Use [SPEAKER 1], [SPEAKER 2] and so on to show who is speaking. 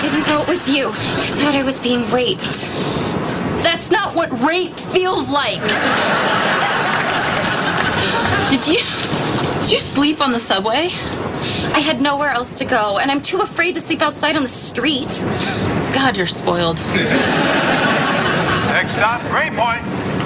[SPEAKER 1] didn't know it was you. I thought I was being raped.
[SPEAKER 2] That's not what rape feels like. did you did you sleep on the subway?
[SPEAKER 1] I had nowhere else to go, and I'm too afraid to sleep outside on the street.
[SPEAKER 2] God, you're spoiled.
[SPEAKER 3] Next stop, Greenpoint.